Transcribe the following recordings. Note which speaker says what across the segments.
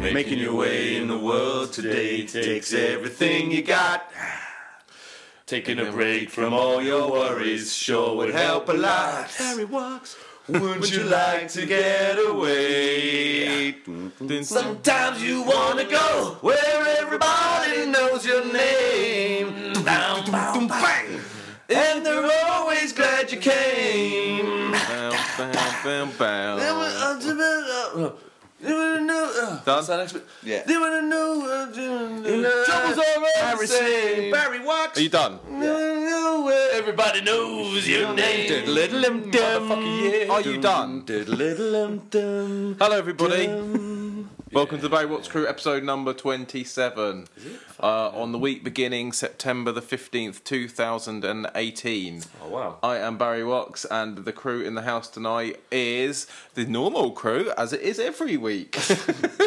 Speaker 1: Making your way in the world today takes everything you got. Taking a break from all your worries sure would help a lot. Harry walks. Wouldn't you like to get away? Sometimes you wanna go where everybody knows your name. Bow, bow, bang. And they're always glad you came. They wanna know.
Speaker 2: Yeah.
Speaker 1: They wanna know. Trouble's
Speaker 3: over, say.
Speaker 1: Barry say. Barry walks.
Speaker 3: Are you done?
Speaker 1: Everybody knows your name. Diddle-dum-dum.
Speaker 3: Are you done?
Speaker 1: Diddle-dum-dum.
Speaker 3: Hello, everybody. Welcome to the Bay Watts Crew, episode number 27. Uh, on the week beginning September the 15th, 2018.
Speaker 1: Oh, wow.
Speaker 3: I am Barry Watts, and the crew in the house tonight is the normal crew, as it is every week.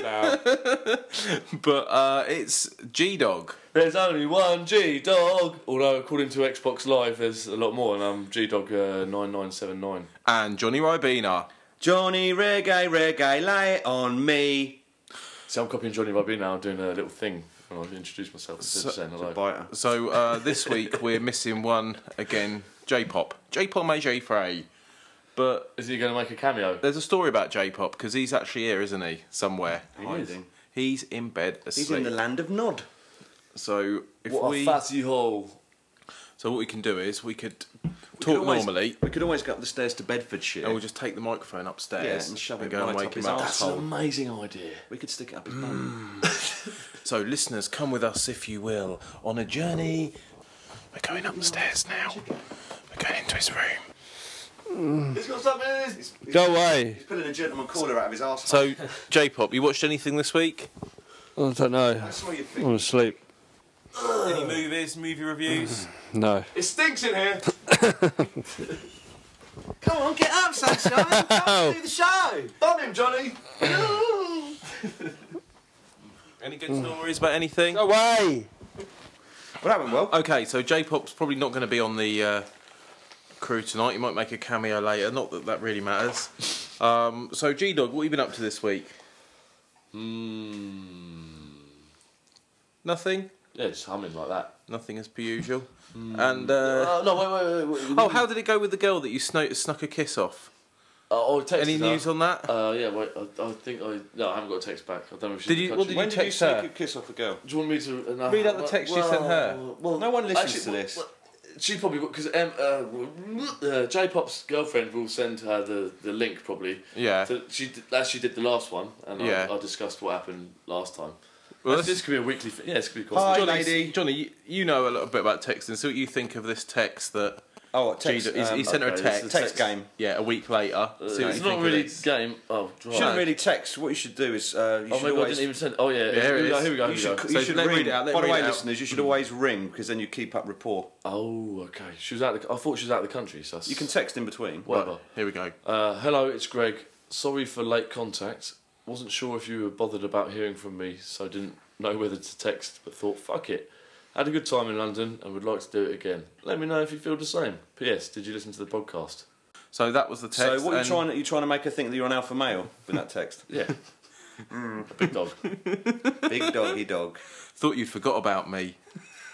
Speaker 3: but uh, it's G Dog.
Speaker 1: There's only one G Dog. Although, according to Xbox Live, there's a lot more, and I'm G Dog uh, 9979.
Speaker 3: and Johnny Ribena.
Speaker 2: Johnny Reggae Reggae Lay on me.
Speaker 1: See, I'm copying Johnny Robbie now, I'm doing a little thing when I introduce myself instead of saying hello.
Speaker 2: Biter.
Speaker 3: So uh, this week we're missing one again, J-pop. J-pop may J-Frey, but
Speaker 1: Is he going to make a cameo?
Speaker 3: there's a story about J-pop because he's actually here, isn't he? Somewhere.
Speaker 2: Hiding.
Speaker 3: He's in bed
Speaker 2: He's
Speaker 3: asleep.
Speaker 2: in the land of Nod.
Speaker 3: so if
Speaker 1: What
Speaker 3: we
Speaker 1: a fatty hole.
Speaker 3: so what we can do is we could
Speaker 2: We
Speaker 3: talk
Speaker 2: could always-
Speaker 3: normally.
Speaker 2: We could always go up the stairs to Bedfordshire.
Speaker 1: Oh,
Speaker 3: And we'll just take the microphone upstairs
Speaker 2: Yeah, and shove it
Speaker 3: go
Speaker 2: right
Speaker 3: and
Speaker 2: up
Speaker 3: wake him
Speaker 2: his
Speaker 3: up.
Speaker 1: That's Mm. an amazing idea.
Speaker 2: we could stick it up his bum.
Speaker 3: So, listeners, come with us, if you will, on a journey. We're going upstairs now. We're going into his room.
Speaker 2: He's got something in his. He's,
Speaker 4: Go away.
Speaker 2: he's pulling a gentleman caller out of his arse.
Speaker 3: So, J-pop, you watched anything this week?
Speaker 4: I don't know.
Speaker 2: That's what you
Speaker 4: I
Speaker 2: think.
Speaker 4: want to sleep.
Speaker 3: Any movies, movie reviews?
Speaker 4: No.
Speaker 1: It stinks in here.
Speaker 2: Come on, get up, sunshine. Come and do the show.
Speaker 1: On him, Johnny.
Speaker 3: Any good stories about anything?
Speaker 4: Go away.
Speaker 2: Well, that went well.
Speaker 3: Okay, so J-pop's probably not going to be on the uh, crew tonight. He might make a cameo later. Not that that really matters. Um, so, G-Dog, what have you been up to this week? Nothing.
Speaker 1: Hmm. Yeah, just humming like that.
Speaker 3: Nothing as per usual. And uh,
Speaker 1: Uh, no, wait, wait, wait. wait.
Speaker 3: oh, how did it go with the girl that you sno- snuck a kiss off?
Speaker 1: Uh, oh, text
Speaker 3: Any news on that?
Speaker 1: Uh, yeah, wait. I, I think I no, I haven't got a text back. I don't know if she's
Speaker 3: Did
Speaker 1: in
Speaker 3: you-
Speaker 1: the
Speaker 3: what
Speaker 1: country.
Speaker 3: did you text her?
Speaker 2: sneak a kiss off a girl?
Speaker 1: Do you want me to uh, no,
Speaker 3: Read out the
Speaker 1: well,
Speaker 3: text you sent
Speaker 2: Uh,
Speaker 3: her.
Speaker 1: Well,
Speaker 2: No one listens to
Speaker 1: well,
Speaker 2: this.
Speaker 1: well, she probably because um, uh, uh, J-pop's girlfriend will send her the, the link probably.
Speaker 3: Yeah.
Speaker 1: So she d- as she did the last one, and
Speaker 3: Yeah.
Speaker 1: I, I discussed what happened last time.
Speaker 3: Well, let's-
Speaker 1: this, this could be a weekly. Thing. Yeah, this could be.
Speaker 2: Hi,
Speaker 1: constant.
Speaker 3: Johnny,
Speaker 2: lady.
Speaker 3: Johnny, you, you know a little bit about texting. So, what you think of this text that
Speaker 2: Oh, what, text,
Speaker 3: G-Dog- he's-
Speaker 2: um,
Speaker 3: he sent her a
Speaker 1: okay, this
Speaker 3: text?
Speaker 1: is-
Speaker 2: text game.
Speaker 3: Yeah, a week later.
Speaker 1: Uh,
Speaker 3: See what
Speaker 1: it's
Speaker 3: you
Speaker 1: not
Speaker 3: think
Speaker 1: really
Speaker 3: of this.
Speaker 1: game. Oh, right.
Speaker 2: You shouldn't really text. What you should do is uh, you
Speaker 1: Oh,
Speaker 2: should
Speaker 1: maybe I
Speaker 2: always.
Speaker 1: didn't even send. Oh yeah, here,
Speaker 3: it
Speaker 1: we go.
Speaker 3: is.
Speaker 1: Here we go.
Speaker 2: you
Speaker 1: Here we
Speaker 2: should,
Speaker 1: go.
Speaker 2: you
Speaker 3: So
Speaker 2: should
Speaker 3: let me
Speaker 2: ring.
Speaker 3: read it out, let
Speaker 2: By the
Speaker 3: me read
Speaker 2: way,
Speaker 3: it out.
Speaker 2: listeners, you should always ring because then you keep up rapport.
Speaker 1: Oh, okay. She was out. Of the, I thought she was out of the country. So that's-
Speaker 2: You can text in between.
Speaker 1: whatever.
Speaker 3: Here we go.
Speaker 1: Uh, hello, it's Greg. Sorry for late contact. Wasn't sure if you were bothered about hearing from me, so didn't know whether to text, but thought, fuck it. Had a good time in London and would like to do it again. Let me know if you feel the same. P.S. Did you listen to the podcast?
Speaker 3: So that was the text.
Speaker 2: So what are you
Speaker 3: and-
Speaker 2: trying? You trying to make her think that you're an alpha male with that text?
Speaker 1: Yeah. Mm, Big dog.
Speaker 2: Big doggy dog.
Speaker 3: Thought you forgot about me.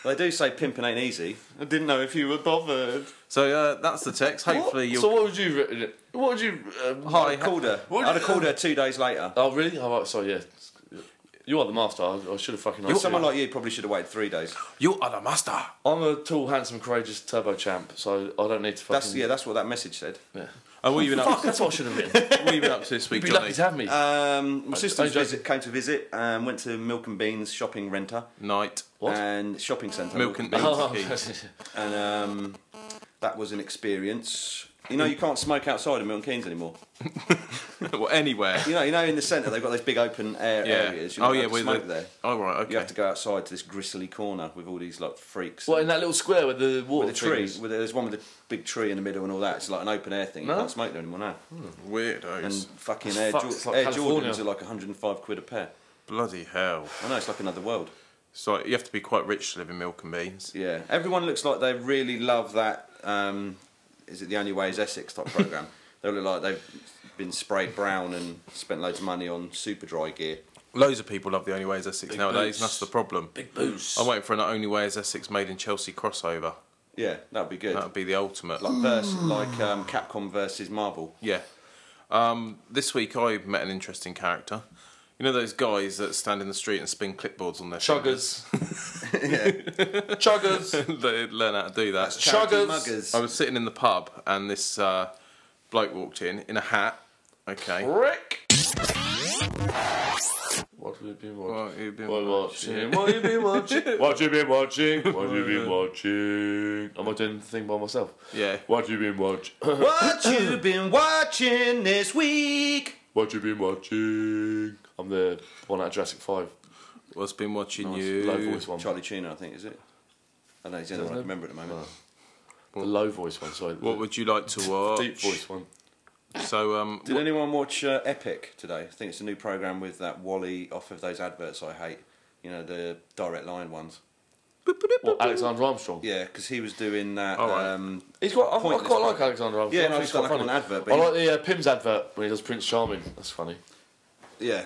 Speaker 2: They do say pimping ain't easy. I didn't know if you were bothered.
Speaker 3: So uh, that's the text. Hopefully
Speaker 1: What?
Speaker 3: you'll.
Speaker 1: So what would you written it? What would you? Um,
Speaker 2: I called her.
Speaker 1: What
Speaker 2: I'd
Speaker 1: did
Speaker 2: have called her two days later.
Speaker 1: Oh really? Oh right, sorry. Yeah. You are the master. I, I should have fucking. asked you.
Speaker 2: Someone like you probably should have waited three days.
Speaker 3: you are the master.
Speaker 1: I'm a tall, handsome, courageous turbo champ, so I don't need to fucking.
Speaker 2: That's yeah. That's what that message said.
Speaker 1: yeah.
Speaker 3: Oh, what have you been up?
Speaker 1: Fuck, that's what I should have written.
Speaker 3: what have you been up to this week,
Speaker 1: You'd be
Speaker 3: Johnny?
Speaker 1: lucky to have me.
Speaker 2: Um, my sister
Speaker 1: I don't-
Speaker 2: visit, came to visit and went to Milk and Beans shopping renter
Speaker 3: Night.
Speaker 1: What?
Speaker 2: and shopping centre.
Speaker 3: Milk and beans.
Speaker 1: Oh,
Speaker 3: Keith.
Speaker 2: and um, that was an experience. You know, you can't smoke outside of Milton Keynes anymore.
Speaker 3: well, anywhere.
Speaker 2: You know, you know, in the centre they've got those big open air
Speaker 3: Yeah.
Speaker 2: areas. You're
Speaker 3: Oh
Speaker 2: not
Speaker 3: yeah,
Speaker 2: allowed to
Speaker 3: we're
Speaker 2: smoke
Speaker 3: the-
Speaker 2: there.
Speaker 3: Oh right. Okay.
Speaker 2: You have to go outside to this gristly corner with all these like freaks.
Speaker 1: What in that little square with the water
Speaker 2: with the tree?
Speaker 1: things?
Speaker 2: With the, there's one with a big tree in the middle and all that. It's like an open air thing. You
Speaker 1: No?
Speaker 2: can't smoke there anymore now.
Speaker 3: Weirdos.
Speaker 2: And fucking Air,
Speaker 1: fucked,
Speaker 2: Jor-
Speaker 1: it's like
Speaker 2: Air
Speaker 1: California.
Speaker 2: Jordans are like 105 quid a pair.
Speaker 3: Bloody hell.
Speaker 2: I know it's like another world.
Speaker 3: So you have to be quite rich to live in milk and beans.
Speaker 2: Yeah, everyone looks like they really love that. Um, is it the only way is Essex type program? they look like they've been sprayed brown and spent loads of money on super dry gear.
Speaker 3: Loads of people love The Only Way is Essex
Speaker 1: Big
Speaker 3: nowadays,
Speaker 1: boots.
Speaker 3: and that's the problem.
Speaker 1: Big boost.
Speaker 3: I'm waiting for an Only Way is Essex made in Chelsea crossover.
Speaker 2: Yeah, that'd be good.
Speaker 3: That would be the ultimate.
Speaker 2: Like verse, like um, Capcom versus Marvel.
Speaker 3: Yeah. Um, this week I met an interesting character. You know those guys that stand in the street and spin clipboards on their
Speaker 1: Chuggers.
Speaker 2: yeah,
Speaker 1: Chuggers.
Speaker 3: fingers? they learn how to do that.
Speaker 2: Charity
Speaker 1: Chuggers. Oh.
Speaker 2: muggers.
Speaker 3: I was sitting in the pub and this uh, bloke walked in in a hat. Okay.
Speaker 1: Rick. What have you been watching?
Speaker 3: Well, he'd been-
Speaker 1: What watching? What you been watching? What you been watching? What you been watching? I'm not doing anything by myself.
Speaker 3: Yeah.
Speaker 1: What you been watching?
Speaker 2: what you been watching this week?
Speaker 1: what you been watching? I'm the one out of Jurassic Five.
Speaker 3: What's been watching
Speaker 1: Low
Speaker 3: you?
Speaker 1: voice one.
Speaker 2: Charlie Chino, I think, is it? I know he's the only one I can remember at the moment.
Speaker 1: The low voice one. Sorry.
Speaker 3: What would you like to watch?
Speaker 1: the deep voice one?
Speaker 3: So um,
Speaker 2: Did anyone watch uh, Epic today? I think it's a new program with that Wally off of those adverts I hate. You know the Direct Line ones.
Speaker 1: What Alexander Armstrong?
Speaker 2: Yeah, because he was doing that.
Speaker 3: All right.
Speaker 2: Um,
Speaker 1: He's quite. I, I
Speaker 2: Pointless
Speaker 1: quite like
Speaker 2: program.
Speaker 1: Alexander Armstrong.
Speaker 2: Yeah,
Speaker 1: I
Speaker 2: no,
Speaker 1: think
Speaker 2: he's
Speaker 1: quite
Speaker 2: got like
Speaker 1: funny.
Speaker 2: an advert, but
Speaker 1: I
Speaker 2: he-
Speaker 1: like the uh, Pim's advert when he does Prince Charming. That's funny.
Speaker 2: yeah.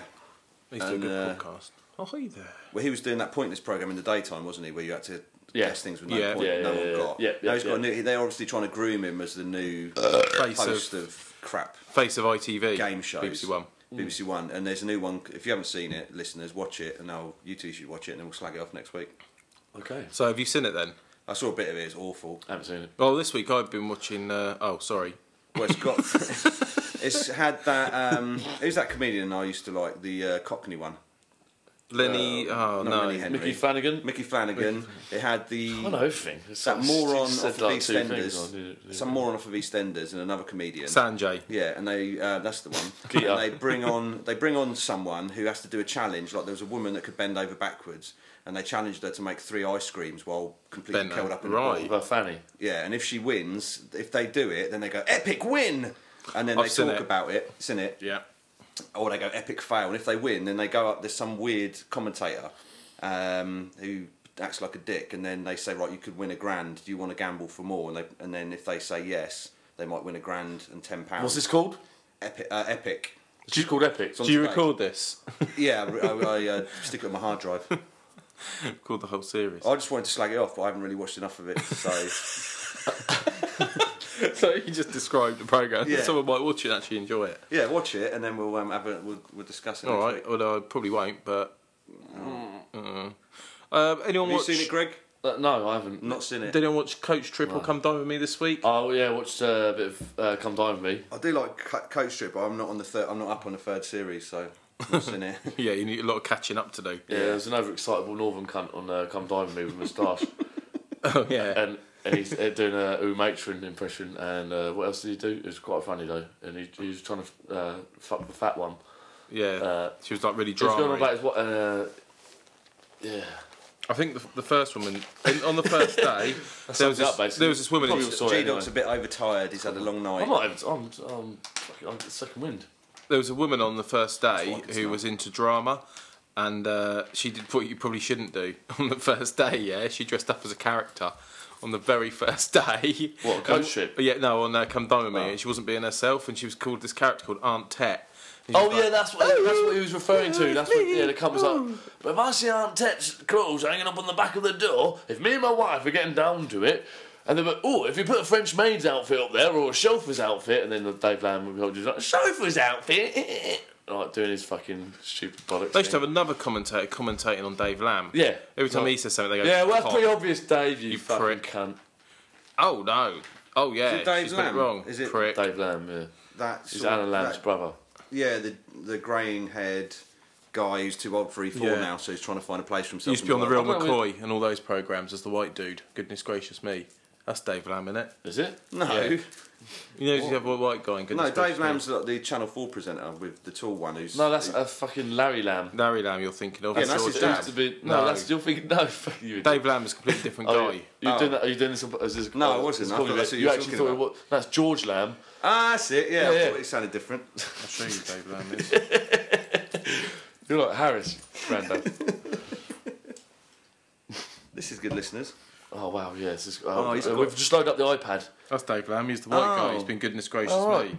Speaker 3: he's doing a
Speaker 2: And,
Speaker 3: good
Speaker 2: uh,
Speaker 3: podcast. Oh hi there.
Speaker 2: Well, he was doing that pointless program in the daytime, wasn't he? Where you had to
Speaker 1: Yeah.
Speaker 2: guess things with no
Speaker 3: Yeah.
Speaker 2: point,
Speaker 1: Yeah,
Speaker 2: no
Speaker 1: yeah,
Speaker 2: one
Speaker 1: yeah,
Speaker 2: got.
Speaker 1: yeah, yeah,
Speaker 2: now he's got a
Speaker 1: yeah.
Speaker 2: new. They're obviously trying to groom him as the new
Speaker 3: Face
Speaker 2: host
Speaker 3: of,
Speaker 2: of crap
Speaker 3: face of ITV
Speaker 2: game shows.
Speaker 3: BBC One.
Speaker 2: BBC One, and there's a new one. If you haven't seen it, listeners, watch it, and now you two should watch it, and then we'll slag it off next week.
Speaker 1: Okay.
Speaker 3: So have you seen it then?
Speaker 2: I saw a bit of it. It's awful.
Speaker 1: I haven't seen it.
Speaker 3: Well, this week I've been watching. Uh, oh, sorry.
Speaker 2: Well, it's got. it's had that. Um, who's that comedian I used to like? The uh, Cockney one.
Speaker 3: Lenny.
Speaker 2: not
Speaker 3: oh no.
Speaker 2: Lenny Henry.
Speaker 1: Mickey Flanagan.
Speaker 2: Mickey Flanagan. It had the.
Speaker 1: I know everything. It's
Speaker 2: That
Speaker 1: like-
Speaker 2: moron
Speaker 1: it's
Speaker 2: off
Speaker 1: said
Speaker 2: of
Speaker 1: like two things
Speaker 2: EastEnders.
Speaker 1: on it.
Speaker 2: some moron off of EastEnders and another comedian.
Speaker 3: Sanjay.
Speaker 2: Yeah, and they uh, that's the one.
Speaker 1: Keita.
Speaker 2: and they bring on they bring on someone who has to do a challenge. Like there was a woman that could bend over backwards, and they challenged her to make three ice creams while completely
Speaker 3: Bent
Speaker 2: curled
Speaker 3: over-
Speaker 2: up in
Speaker 3: right.
Speaker 2: a ball.
Speaker 1: About Fanny.
Speaker 2: Yeah, and if she wins, if they do it, then they go epic win, and then
Speaker 3: I've
Speaker 2: they
Speaker 3: seen
Speaker 2: talk
Speaker 3: it.
Speaker 2: about it. It's in it,
Speaker 3: Yeah.
Speaker 2: or they go epic fail. And if they win, then they go up. There's some weird commentator um, who acts like a dick, and then they say, right, you could win a grand. Do you want to gamble for more? And they, and then if they say yes, they might win a grand and ten pounds.
Speaker 1: What's this called?
Speaker 2: Epic. Uh, epic.
Speaker 1: She's called Epic.
Speaker 3: Do you
Speaker 2: Right.
Speaker 3: record this?
Speaker 2: Yeah, I, I, I uh, stick it on my hard drive. I
Speaker 3: Record the whole series.
Speaker 2: just wanted to slag it off, but I haven't really watched enough of it. So
Speaker 3: so you just described the program.
Speaker 2: Yeah.
Speaker 3: Someone might watch it and actually enjoy it.
Speaker 2: yeah, watch it, and then we'll um, have a, we'll, we'll discuss it.
Speaker 3: All
Speaker 2: next
Speaker 3: right.
Speaker 2: week.
Speaker 3: Although I probably won't. But uh, uh, anyone
Speaker 2: Have you
Speaker 3: watch?
Speaker 2: seen it, Greg?
Speaker 1: Uh, no, I haven't.
Speaker 2: Not seen it.
Speaker 3: Did anyone watch Coach Triple Come Dine with Me this week?
Speaker 1: Oh yeah, I watched uh, a bit of uh, Come Dine with Me.
Speaker 2: I do like Co- Coach Strip, but I'm not on the third. I'm not up on the third series, so I've not seen it.
Speaker 3: yeah, you need a lot of catching up to do.
Speaker 1: Yeah, there was an overexcitable Northern cunt on uh, Come Dine with Me with a moustache,
Speaker 3: Oh yeah.
Speaker 1: and, and he's uh, doing a Uma Matron impression. And uh, what else did he do? It was quite funny though, and he, he was trying to uh, fuck the fat one.
Speaker 3: Yeah.
Speaker 1: Uh,
Speaker 3: she was like really
Speaker 1: He was going on
Speaker 3: drama.
Speaker 1: about his what? Uh, yeah,
Speaker 3: I think the, the first woman in, on the first day there was
Speaker 1: sums it up,
Speaker 3: this,
Speaker 1: basically.
Speaker 3: there was this woman.
Speaker 1: Probably
Speaker 3: who-
Speaker 1: saw it
Speaker 2: G Dog's a
Speaker 1: anyway.
Speaker 2: bit overtired. He's had a long night.
Speaker 1: I'm not. Even, I'm. I'm. fucking- I'm the second wind.
Speaker 3: There was a woman on the first day
Speaker 2: can
Speaker 3: who
Speaker 2: smell.
Speaker 3: was into drama, and uh, she did what you probably shouldn't do on the first day. Yeah, she dressed up as a character on the very first day.
Speaker 1: What, a
Speaker 3: Um,
Speaker 1: ghost ship?
Speaker 3: Yeah, no, on uh, Come Dine with Me.
Speaker 1: Oh.
Speaker 3: And she wasn't being herself, and she was called this character called Aunt Tet. And she
Speaker 1: Oh
Speaker 3: was
Speaker 1: yeah,
Speaker 3: like,
Speaker 1: that's what that's what he was referring to. That's what
Speaker 3: me.
Speaker 1: yeah, the cunt was like. But if I see Aunt Tet's clothes hanging up on the back of the door, if me and my wife are getting down to it, and they were oh, if you put a French maid's outfit up there or a chauffeur's outfit, and then the Dave Lamb would be like, just like chauffeur's outfit, like doing his fucking stupid bollocks.
Speaker 3: They used to
Speaker 1: thing.
Speaker 3: have another commentator commentating on Dave Lamb.
Speaker 1: Yeah.
Speaker 3: Every time
Speaker 1: Right.
Speaker 3: he says something, they go,
Speaker 1: yeah, well, that's
Speaker 3: "Cock."
Speaker 1: pretty obvious, Dave. You,
Speaker 3: Oh. You
Speaker 1: fucking
Speaker 3: prick.
Speaker 1: cunt,
Speaker 3: Oh no. Oh yeah.
Speaker 2: Is it Dave
Speaker 3: She's got
Speaker 2: Lamb?
Speaker 3: it wrong.
Speaker 2: Is it-
Speaker 3: Prick.
Speaker 1: Dave Lamb. Yeah,
Speaker 2: That's
Speaker 1: he's Alan Lamb's brother.
Speaker 2: yeah, the the graying haired guy who's too old for E4
Speaker 3: Yeah.
Speaker 2: now, so he's trying to find a place for himself.
Speaker 3: Used to
Speaker 2: in
Speaker 3: be on the Real
Speaker 2: world.
Speaker 1: I don't
Speaker 3: McCoy and all those programs as the white dude. Goodness gracious me. That's Dave Lamb, is it?
Speaker 1: Is it?
Speaker 2: No.
Speaker 3: Yeah. You know, you have a white guy in
Speaker 2: No,
Speaker 3: Goodness
Speaker 2: Dave
Speaker 3: Gracious Me.
Speaker 2: Lamb's like the Channel 4 presenter with the tall one who's.
Speaker 1: No, that's uh, a fucking Larry Lamb.
Speaker 3: Larry Lamb, you're thinking of.
Speaker 2: Yeah,
Speaker 3: is
Speaker 2: that's
Speaker 3: George
Speaker 2: his
Speaker 1: It
Speaker 2: dad.
Speaker 1: used to be no,
Speaker 3: No.
Speaker 1: that's you're thinking no, fuck you.
Speaker 3: Dave Lamb is a completely different guy.
Speaker 1: Oh, you, you
Speaker 2: Oh.
Speaker 1: doing that? Are you doing this? Is this
Speaker 2: No,
Speaker 1: oh,
Speaker 2: it wasn't.
Speaker 1: it's
Speaker 2: I
Speaker 1: called
Speaker 2: thought
Speaker 1: a
Speaker 2: that's who
Speaker 1: bit- you
Speaker 2: you were
Speaker 1: actually
Speaker 2: talking
Speaker 1: thought it was, that's George Lamb.
Speaker 2: Ah, that's it. Yeah,
Speaker 1: Yeah,
Speaker 2: I
Speaker 1: yeah.
Speaker 2: thought it sounded different.
Speaker 3: I'll show you Dave Lamb is.
Speaker 1: You're like Harris, Brando.
Speaker 2: This is good, listeners.
Speaker 1: oh wow, yeah. This is, oh,
Speaker 2: Oh, he's
Speaker 1: uh,
Speaker 2: got-
Speaker 1: we've just loaded up the iPad.
Speaker 3: That's Dave Lamb. He's the white guy.
Speaker 2: Oh.
Speaker 3: He's been Goodness Gracious
Speaker 1: All right.
Speaker 3: Me.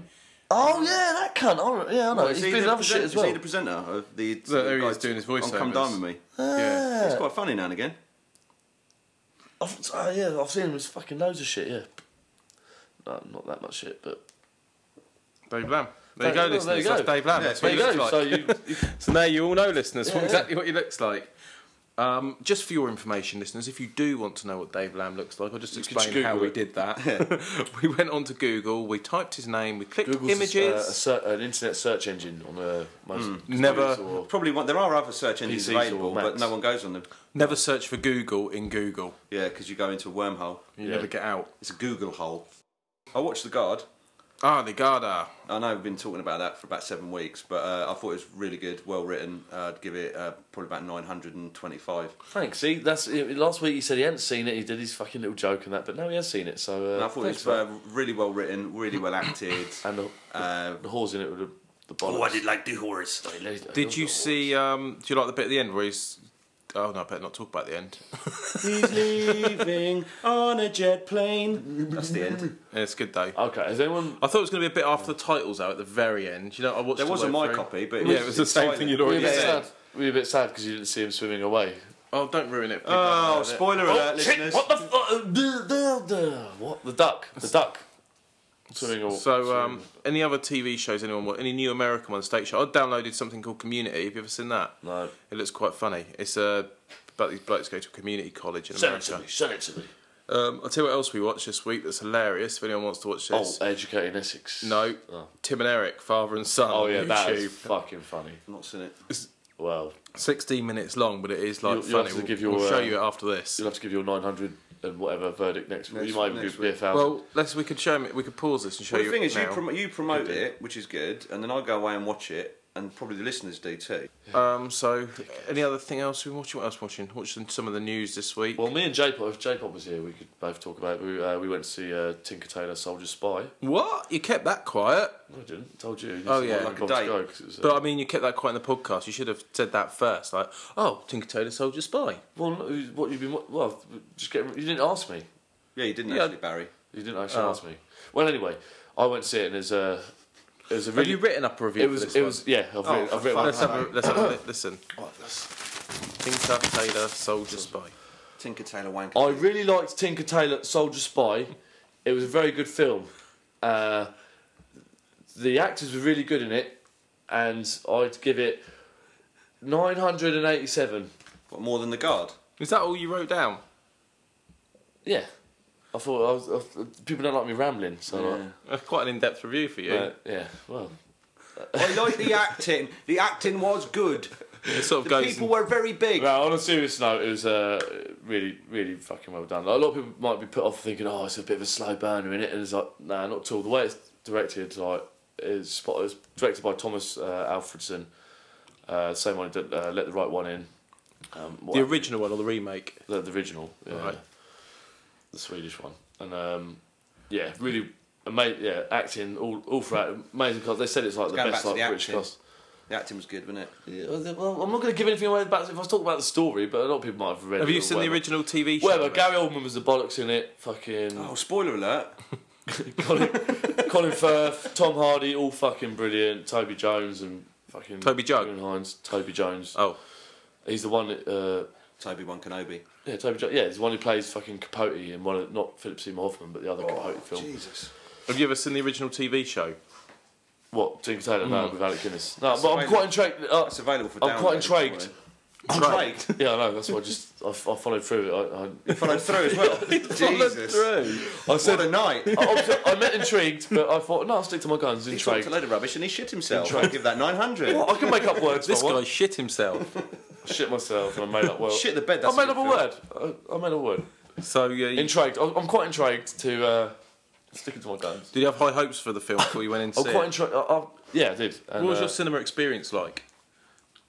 Speaker 1: Oh yeah, that cunt. Oh, yeah, I know.
Speaker 2: Is
Speaker 1: he's
Speaker 2: he
Speaker 1: doing
Speaker 2: the
Speaker 1: other shit
Speaker 2: present-
Speaker 1: as well.
Speaker 2: Is he the presenter of the?
Speaker 3: Look, there he
Speaker 2: the
Speaker 3: is
Speaker 2: guy-
Speaker 3: doing his
Speaker 2: on Come
Speaker 3: voiceovers.
Speaker 2: down with me.
Speaker 3: Yeah.
Speaker 2: It's quite funny now and again.
Speaker 1: I've, oh, yeah, I've seen him with fucking loads of shit. Yeah, no, not that much shit, but
Speaker 3: Dave Lamb. There you
Speaker 1: There
Speaker 3: go,
Speaker 1: you go,
Speaker 3: listeners.
Speaker 1: there you
Speaker 3: That's
Speaker 1: go.
Speaker 3: Dave Lamb.
Speaker 2: Yeah,
Speaker 3: That's
Speaker 1: there
Speaker 3: what
Speaker 1: you
Speaker 3: he
Speaker 1: go.
Speaker 3: looks like.
Speaker 1: So you,
Speaker 3: So now you all know, listeners,
Speaker 1: Yeah.
Speaker 3: what exactly what he looks like. Um, just for your information, listeners, if you do want to know what Dave Lamb looks like, I'll just
Speaker 1: can just
Speaker 3: explain how
Speaker 1: Google
Speaker 3: we
Speaker 1: it.
Speaker 3: did that. we went onto Google, we typed his name, we clicked
Speaker 1: Google's uh,
Speaker 3: images.
Speaker 1: a, a ser- an internet search engine on a most
Speaker 2: Hmm.
Speaker 3: Never-
Speaker 1: computers or-
Speaker 2: Probably one, there are other search engines
Speaker 1: PCs or
Speaker 2: available, but
Speaker 1: Macs.
Speaker 2: no one goes on them.
Speaker 3: Never search for Google in Google.
Speaker 2: Yeah, because you go into a wormhole.
Speaker 3: You
Speaker 1: Yeah.
Speaker 3: never get out.
Speaker 2: It's a Google hole. I watched The Guard.
Speaker 3: Ah, the Garda.
Speaker 2: I know we've been talking about that for about seven weeks, but uh, I thought it was really good, well written. Uh, I'd give it uh, probably about 925.
Speaker 1: Thanks. See, that's last week. He said he hadn't seen it. He did his fucking little joke and that, but now he has seen it. So uh,
Speaker 2: And I thought
Speaker 1: thanks
Speaker 2: it was uh, really well written, really well acted.
Speaker 1: for that. and the,
Speaker 2: uh, Oh,
Speaker 1: the whores in it with the, the
Speaker 3: Oh,
Speaker 1: bollocks.
Speaker 2: like the horse.
Speaker 1: I love- I love
Speaker 3: Did you
Speaker 1: the
Speaker 3: see? Um, do you like the bit at the end where he's? Oh no, I better not talk about the end.
Speaker 2: He's leaving on a jet plane. That's the end.
Speaker 3: Yeah, it's good though.
Speaker 1: whores. Okay, has anyone?
Speaker 3: I thought it was going to be a bit after the titles though at the very end. You know, I watched.
Speaker 2: There
Speaker 3: the
Speaker 2: wasn't
Speaker 3: way
Speaker 2: my
Speaker 3: through.
Speaker 2: copy, but it
Speaker 3: Yeah,
Speaker 2: was,
Speaker 3: it was the same thing
Speaker 2: Oh,
Speaker 3: you'd
Speaker 1: Were you
Speaker 3: already
Speaker 1: a bit
Speaker 3: said.
Speaker 1: sad? Were you a bit sad because you didn't see him swimming away?
Speaker 3: Oh, don't ruin it. for people.
Speaker 2: Oh, spoiler alert, listeners.
Speaker 1: What the uh, fuck? The, the, the, what? The duck. The duck. Swimming away.
Speaker 3: So, um, any other TV shows anyone want? Any new American ones? State show. I downloaded something called Community. Have you ever seen that?
Speaker 1: No.
Speaker 3: It looks quite funny. It's uh, about these blokes go to a community college in
Speaker 1: Send it to
Speaker 3: America.
Speaker 1: me. Send it to me.
Speaker 3: Um, I'll tell you what else we watched this week that's hilarious if anyone wants to watch
Speaker 1: Oh,
Speaker 3: this.
Speaker 1: educating Essex.
Speaker 3: no,
Speaker 1: Oh.
Speaker 3: Tim and Eric, father and son.
Speaker 1: Oh
Speaker 3: on
Speaker 1: yeah, that is
Speaker 3: YouTube.
Speaker 1: fucking funny.
Speaker 2: Not seen it.
Speaker 1: Well,
Speaker 3: 16 minutes long, but it is like
Speaker 1: You'll- you'll
Speaker 3: funny.
Speaker 1: have to
Speaker 3: we'll,
Speaker 1: give your,
Speaker 3: we'll show
Speaker 1: uh,
Speaker 3: you it after this.
Speaker 1: you'll have to give your 900 and whatever verdict next week.
Speaker 2: Next-
Speaker 1: You might even
Speaker 2: next
Speaker 1: give
Speaker 2: week.
Speaker 1: beer thousand.
Speaker 3: Well, let's we could show him. We could pause this and show
Speaker 2: Well,
Speaker 3: you.
Speaker 2: the thing
Speaker 3: it
Speaker 2: is, you,
Speaker 3: now.
Speaker 2: prom- you promote it, which is good, and then I go away and watch it, and probably the listeners do too.
Speaker 3: um, so any other thing else we watching? What else we watching? Watching some of the news this week.
Speaker 1: Well, me and J-Pop, if J-Pop was here, we could both talk about it. We, uh, we went to see uh, Tinker Tailor Soldier Spy.
Speaker 3: what you kept that quiet?
Speaker 1: No, I didn't. Told you.
Speaker 3: Oh, yeah.
Speaker 1: Like
Speaker 2: Like a date.
Speaker 1: Go, 'cause it was, uh,
Speaker 3: But I mean, you kept that quiet in the podcast. You should have said that first. Like, oh, Tinker Tailor Soldier Spy.
Speaker 1: well, no, it was- what you've been... wa- Well, just get... You didn't ask me.
Speaker 2: Yeah, you didn't
Speaker 3: Yeah.
Speaker 2: actually, Barry.
Speaker 1: You didn't actually ask me. Well, anyway, I went to see it and there's a... It was a
Speaker 3: Have
Speaker 1: really...
Speaker 3: you written up a review
Speaker 1: it
Speaker 3: for
Speaker 1: was,
Speaker 3: this
Speaker 1: it
Speaker 3: one?
Speaker 1: was, yeah, I've,
Speaker 3: oh,
Speaker 1: written,
Speaker 2: for
Speaker 1: I've written
Speaker 2: fuck's
Speaker 1: one.
Speaker 3: Let's have a, let's have a li- listen.
Speaker 1: Oh, that's-
Speaker 3: Tinker Tailor Soldier Spy.
Speaker 2: Tinker Tailor Wanker.
Speaker 1: I really liked Tinker Tailor Soldier Spy. It was a very good film. Uh, the actors were really good in it, and I'd give it 987.
Speaker 2: What, more than the guard?
Speaker 3: Is that all you wrote down?
Speaker 1: Yeah. I thought I was, I, thought- people don't like me rambling, so like,
Speaker 3: That's quite an in-depth review for you.
Speaker 1: but, yeah. Well,
Speaker 2: I like the acting. The acting was good.
Speaker 3: It sort of
Speaker 2: The
Speaker 3: goes.
Speaker 2: people were very big.
Speaker 1: no, on a serious note, it was uh, really, really fucking well done. Like, a lot of people might be put off thinking, "Oh, it's a bit of a slow burner in it," and it's like, nah, not at all. The way it's directed, like, is spot. It's directed by Thomas uh, Alfredson, uh, same one who did uh, Let the Right One In. Um, what-
Speaker 3: the original one or the remake?
Speaker 1: the, the original, yeah,
Speaker 3: Right.
Speaker 1: the Swedish one, and um, yeah, really amazing. Yeah, acting all all throughout, amazing cast. They said it's like the
Speaker 2: going
Speaker 1: best
Speaker 2: back
Speaker 1: like
Speaker 2: to the
Speaker 1: British
Speaker 2: acting.
Speaker 1: cast.
Speaker 2: The acting was good, wasn't it?
Speaker 1: Yeah, well, I'm not going to give anything away about if I was talking about the story, but a lot of people might have read.
Speaker 3: Have
Speaker 1: it
Speaker 3: you
Speaker 1: or
Speaker 3: seen
Speaker 1: whatever.
Speaker 3: the original TV show?
Speaker 1: Whatever,
Speaker 3: mate?
Speaker 1: Gary Oldman was the bollocks in it. Fucking
Speaker 2: Oh, spoiler alert!
Speaker 1: Colin, Colin Firth, Tom Hardy, all fucking brilliant. Toby Jones and fucking
Speaker 3: Toby Jug?
Speaker 1: June Hines, Toby Jones.
Speaker 3: Oh,
Speaker 1: He's the one. that, Uh,
Speaker 2: Toby One Kenobi.
Speaker 1: yeah, Toby. Jo- yeah, he's the one who plays fucking Capote in one of not Philip Seymour Hoffman, but the other Capote film.
Speaker 2: Jesus!
Speaker 3: have you ever seen the original TV show?
Speaker 1: What Tinker Tailor now with Alec Guinness? No, but I'm
Speaker 2: amazing.
Speaker 1: quite intrigued. Uh,
Speaker 2: That's available for.
Speaker 1: I'm quite
Speaker 2: download, don't
Speaker 1: intrigued.
Speaker 2: worry.
Speaker 1: I'm
Speaker 3: Right.
Speaker 1: intrigued. yeah, I know. That's why I just I, I followed through. I, I,
Speaker 2: Followed through as well. Jesus!
Speaker 1: I said
Speaker 2: What a night!
Speaker 1: I, I, was- I meant intrigued, but I thought no, I'll stick to my guns.
Speaker 2: He talked a
Speaker 1: Intrigued.
Speaker 2: load of rubbish and he shit himself.
Speaker 1: Intrigued.
Speaker 2: I give that nine hundred.
Speaker 1: I can make up words.
Speaker 3: This
Speaker 1: This I
Speaker 3: guy
Speaker 1: want.
Speaker 3: shit himself.
Speaker 1: shit myself, and I made up words.
Speaker 2: Shit the bed.
Speaker 1: I
Speaker 2: That's
Speaker 1: made up a
Speaker 2: good film.
Speaker 1: word. I, I made up a word.
Speaker 3: so yeah, you, did
Speaker 1: Intrigued. I, I'm quite intrigued to uh, sticking to my guns.
Speaker 3: you have high hopes for the film before you went in? to
Speaker 1: I'm
Speaker 3: see
Speaker 1: quite
Speaker 3: it?
Speaker 1: intrigued. I, I, yeah, I did. And,
Speaker 3: What was
Speaker 1: uh,
Speaker 3: your cinema experience like?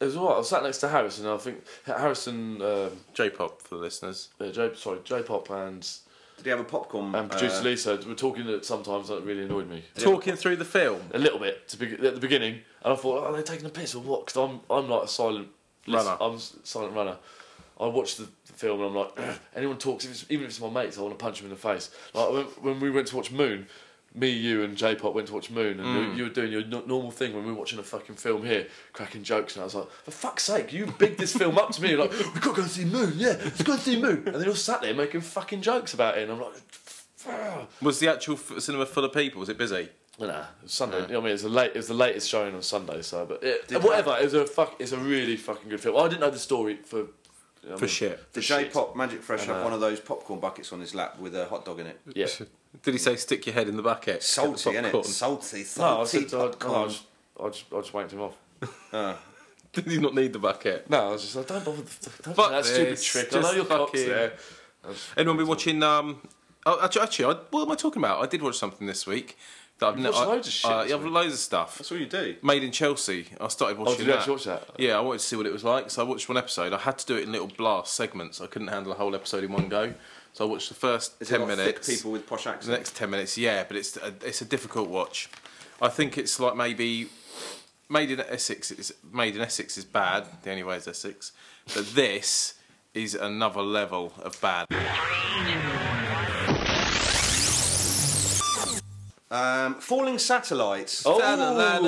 Speaker 1: it was alright. I was sat next to Harrison. And I think Harrison, um,
Speaker 3: J-pop for the listeners.
Speaker 1: uh, J, sorry, J-pop and
Speaker 2: Did he have a popcorn?
Speaker 1: and producer
Speaker 2: uh,
Speaker 1: Lisa were talking that sometimes that really annoyed me.
Speaker 3: Talking through the film.
Speaker 1: a little bit to be- at the beginning, and I thought, oh, are they taking a piss or what? Because I'm I'm like a silent lis-
Speaker 3: Runner.
Speaker 1: I'm s- silent runner. I watch the, the film and I'm like, anyone talks, if it's, even if it's my mates, I want to punch them in the face. Like when, when we went to watch Moon, me, you, and J Pop went to watch Moon, and you, you were doing your n- normal thing when we were watching a fucking film here, cracking jokes, and I was like, for fuck's sake, you bigged this film up to me. You're like, we've got to go and see Moon, yeah, let's go and see Moon. And then you're sat there making fucking jokes about it, and I'm like, "Ugh."
Speaker 3: Was the actual f- cinema full of people? Was it busy?
Speaker 1: Nah, it was Sunday. You know what I mean, it's the late. It was the latest showing on Sunday. So, but it, whatever. It was a fuck. It's a really fucking good film. Oh, I didn't know the story for you know what I
Speaker 3: Hmm.
Speaker 1: mean?
Speaker 2: The J Pop Magic Fresh
Speaker 1: uh,
Speaker 2: had one of those popcorn buckets on his lap with a hot dog in it.
Speaker 1: Yeah.
Speaker 3: Did he say stick your head in the bucket?
Speaker 2: Salty,
Speaker 3: Get the
Speaker 2: innit?
Speaker 3: popcorn?
Speaker 2: Salty,
Speaker 1: No, Oh, I, was
Speaker 2: salty.
Speaker 1: just, I, I,
Speaker 2: popcorn.
Speaker 1: just, I just I just wanked him off.
Speaker 3: Did he not need the bucket?
Speaker 1: No, I was just like, don't bother. Don't
Speaker 3: Fuck
Speaker 1: do that
Speaker 3: this,
Speaker 1: stupid trick. I know
Speaker 3: just
Speaker 1: your cock's
Speaker 3: fucking-
Speaker 1: there.
Speaker 3: Anyone be watching? Um, oh, actually, actually I, what am I talking about? I did watch something this week. That I've
Speaker 1: watched
Speaker 3: I-
Speaker 1: loads of shit
Speaker 3: Uh,
Speaker 1: this
Speaker 3: yeah, I've
Speaker 1: week.
Speaker 3: loads of stuff.
Speaker 2: all you do.
Speaker 3: Made in Chelsea. I started watching.
Speaker 1: Oh, did you
Speaker 3: that.
Speaker 1: actually watch that?
Speaker 3: Yeah, I wanted to see what it was like, so I watched one episode. I had to do it in little blast segments. I couldn't handle a whole episode in one go, so I watched the first
Speaker 2: Is it
Speaker 3: ten
Speaker 2: like thick
Speaker 3: minutes.
Speaker 2: people with posh accents.
Speaker 3: The next ten minutes, yeah, but it's a, it's a difficult watch. I think it's like maybe Made in Essex is Made in Essex is bad. The only way is Essex, but this is another level of bad.
Speaker 2: Um, falling satellites.
Speaker 1: Oh,
Speaker 2: falling
Speaker 1: I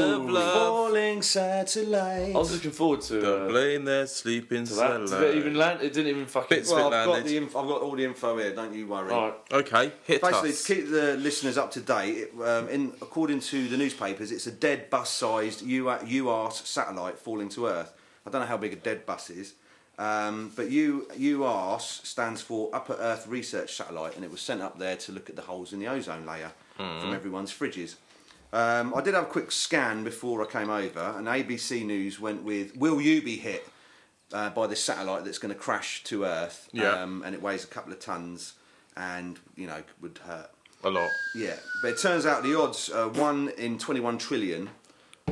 Speaker 1: was
Speaker 2: satellites.
Speaker 1: looking forward to, uh, to
Speaker 3: blame their sleeping
Speaker 1: that. Did it even land? It didn't even fucking.
Speaker 3: Bits-
Speaker 2: Well, I've
Speaker 3: Finland,
Speaker 2: got,
Speaker 3: they-
Speaker 2: the inf- I've got all the info here. Don't you worry.
Speaker 1: All right.
Speaker 3: Okay, hit
Speaker 2: Basically,
Speaker 3: us.
Speaker 2: to keep the listeners up to date, it, um, in, according to the newspapers, it's a dead bus-sized U- UART satellite falling to Earth. I don't know how big a dead bus is, um, but U- UART stands for Upper Earth Research Satellite, and it was sent up there to look at the holes in the ozone layer from
Speaker 3: Mm-hmm.
Speaker 2: everyone's fridges. Um, I did have a quick scan before I came over, and ABC News went with "Will you be hit?" uh, by this satellite that's going to crash to Earth,
Speaker 3: Yeah.
Speaker 2: um, and it weighs a couple of tons, and you know would hurt.
Speaker 3: A lot.
Speaker 2: Yeah, but it turns out the odds are one in twenty-one trillion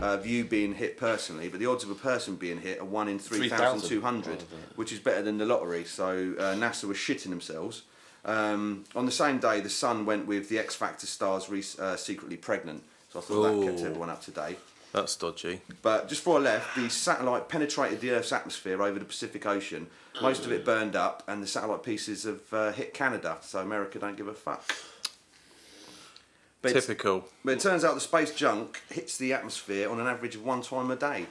Speaker 2: uh, of you being hit personally, but the odds of a person being hit are one in three thousand two hundred, which is better than the lottery. So uh, NASA was shitting themselves. Um, on the same day, the Sun went with the X Factor stars re- uh, secretly pregnant. So I thought that kept
Speaker 3: Ooh.
Speaker 2: everyone up to date.
Speaker 3: That's dodgy.
Speaker 2: But just before I left, the satellite penetrated the Earth's atmosphere over the Pacific Ocean. Most of it burned up, and the satellite pieces have uh, hit Canada, so America don't give a fuck. But, it's-
Speaker 3: Typical.
Speaker 2: but it turns out the space junk hits the atmosphere on an average of one time a day.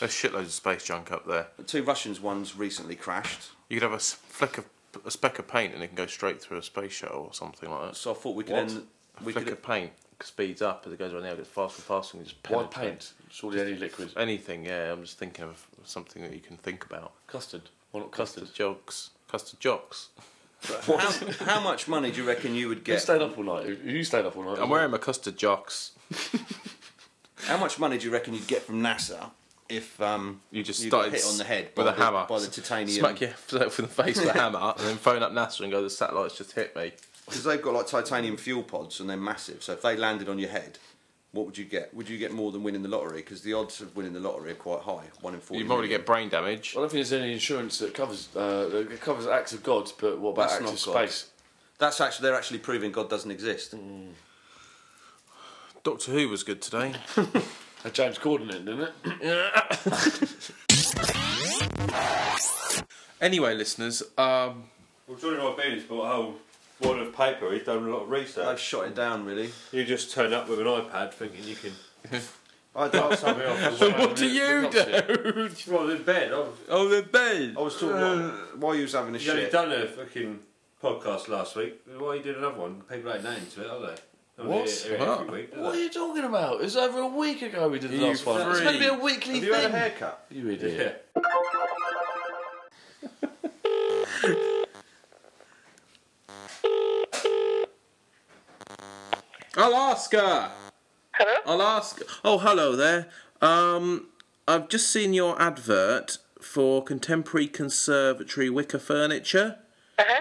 Speaker 3: There's shitloads of space junk up there.
Speaker 2: The two Russians ones recently crashed,
Speaker 3: You could have a s- fleck of a speck of paint and it can go straight through a space shuttle or something like that.
Speaker 2: so I thought we could
Speaker 3: What?
Speaker 2: end.
Speaker 3: A
Speaker 2: We
Speaker 3: fleck
Speaker 2: could,
Speaker 3: of paint speeds up as it goes around the air, it gets faster and faster, and you just
Speaker 1: Why
Speaker 3: penetrate.
Speaker 1: paint? Surely any liquid.
Speaker 3: Anything, yeah. I'm just thinking of something that you can think about.
Speaker 1: Custard. Why not custard?
Speaker 3: Custard jocks. Custard jocks.
Speaker 2: how, how much money do you reckon you would
Speaker 1: You
Speaker 2: get?
Speaker 1: stayed up all night. You- You stayed up all night.
Speaker 3: I'm wearing my custard jocks.
Speaker 2: How much money do you reckon you'd get from NASA if um,
Speaker 3: You just
Speaker 2: got
Speaker 3: started
Speaker 2: hit on the head
Speaker 3: with
Speaker 2: by
Speaker 3: a
Speaker 2: the-
Speaker 3: hammer.
Speaker 2: by the titanium?
Speaker 3: Smack yourself in the face with a hammer, and then phone up NASA and go, "The satellite's just hit me."
Speaker 2: Because they've got like titanium fuel pods and they're massive. So if they landed on your head, what would you get? Would you get more than winning the lottery? Because the odds of winning the lottery are quite high. One in four.
Speaker 3: You probably get brain damage.
Speaker 1: I don't think there's any insurance that covers uh, that covers acts of God, but what about
Speaker 2: That's
Speaker 1: acts
Speaker 2: not
Speaker 1: of
Speaker 2: God.
Speaker 1: space?
Speaker 2: That's actually they're actually proving God doesn't exist.
Speaker 3: Doctor Who was good today.
Speaker 1: Had James Corden in, it, didn't it?
Speaker 3: anyway, listeners, um,
Speaker 5: Well, Johnny Ribini's bought a whole wad of paper. He's done a lot of
Speaker 2: They've
Speaker 5: research.
Speaker 2: shot it down really.
Speaker 5: You just turn up with an iPad thinking you can.
Speaker 2: I don't
Speaker 5: Something off the
Speaker 3: what do you
Speaker 1: Look up shit.
Speaker 3: do?
Speaker 5: Well, in bed. I was,
Speaker 3: Oh, the bed.
Speaker 2: I was talking about, while you was having a
Speaker 5: he's only
Speaker 2: shit.
Speaker 5: done a fucking podcast last week. Why you did another one? People ain't named to it, are they? They don't
Speaker 1: What?
Speaker 5: hear it
Speaker 3: What?
Speaker 5: Every week, do
Speaker 1: What are
Speaker 5: they?
Speaker 1: you talking about? It was over a week ago we did the
Speaker 3: You
Speaker 1: last one. It's
Speaker 3: free.
Speaker 1: meant to be a weekly
Speaker 2: Have you had a
Speaker 1: thing.
Speaker 2: haircut?
Speaker 1: You idiot.
Speaker 5: Yeah.
Speaker 3: Alaska.
Speaker 6: Hello?
Speaker 3: I'll ask. Oh, hello there. Um, I've just seen your advert for contemporary conservatory wicker furniture
Speaker 6: Uh-huh.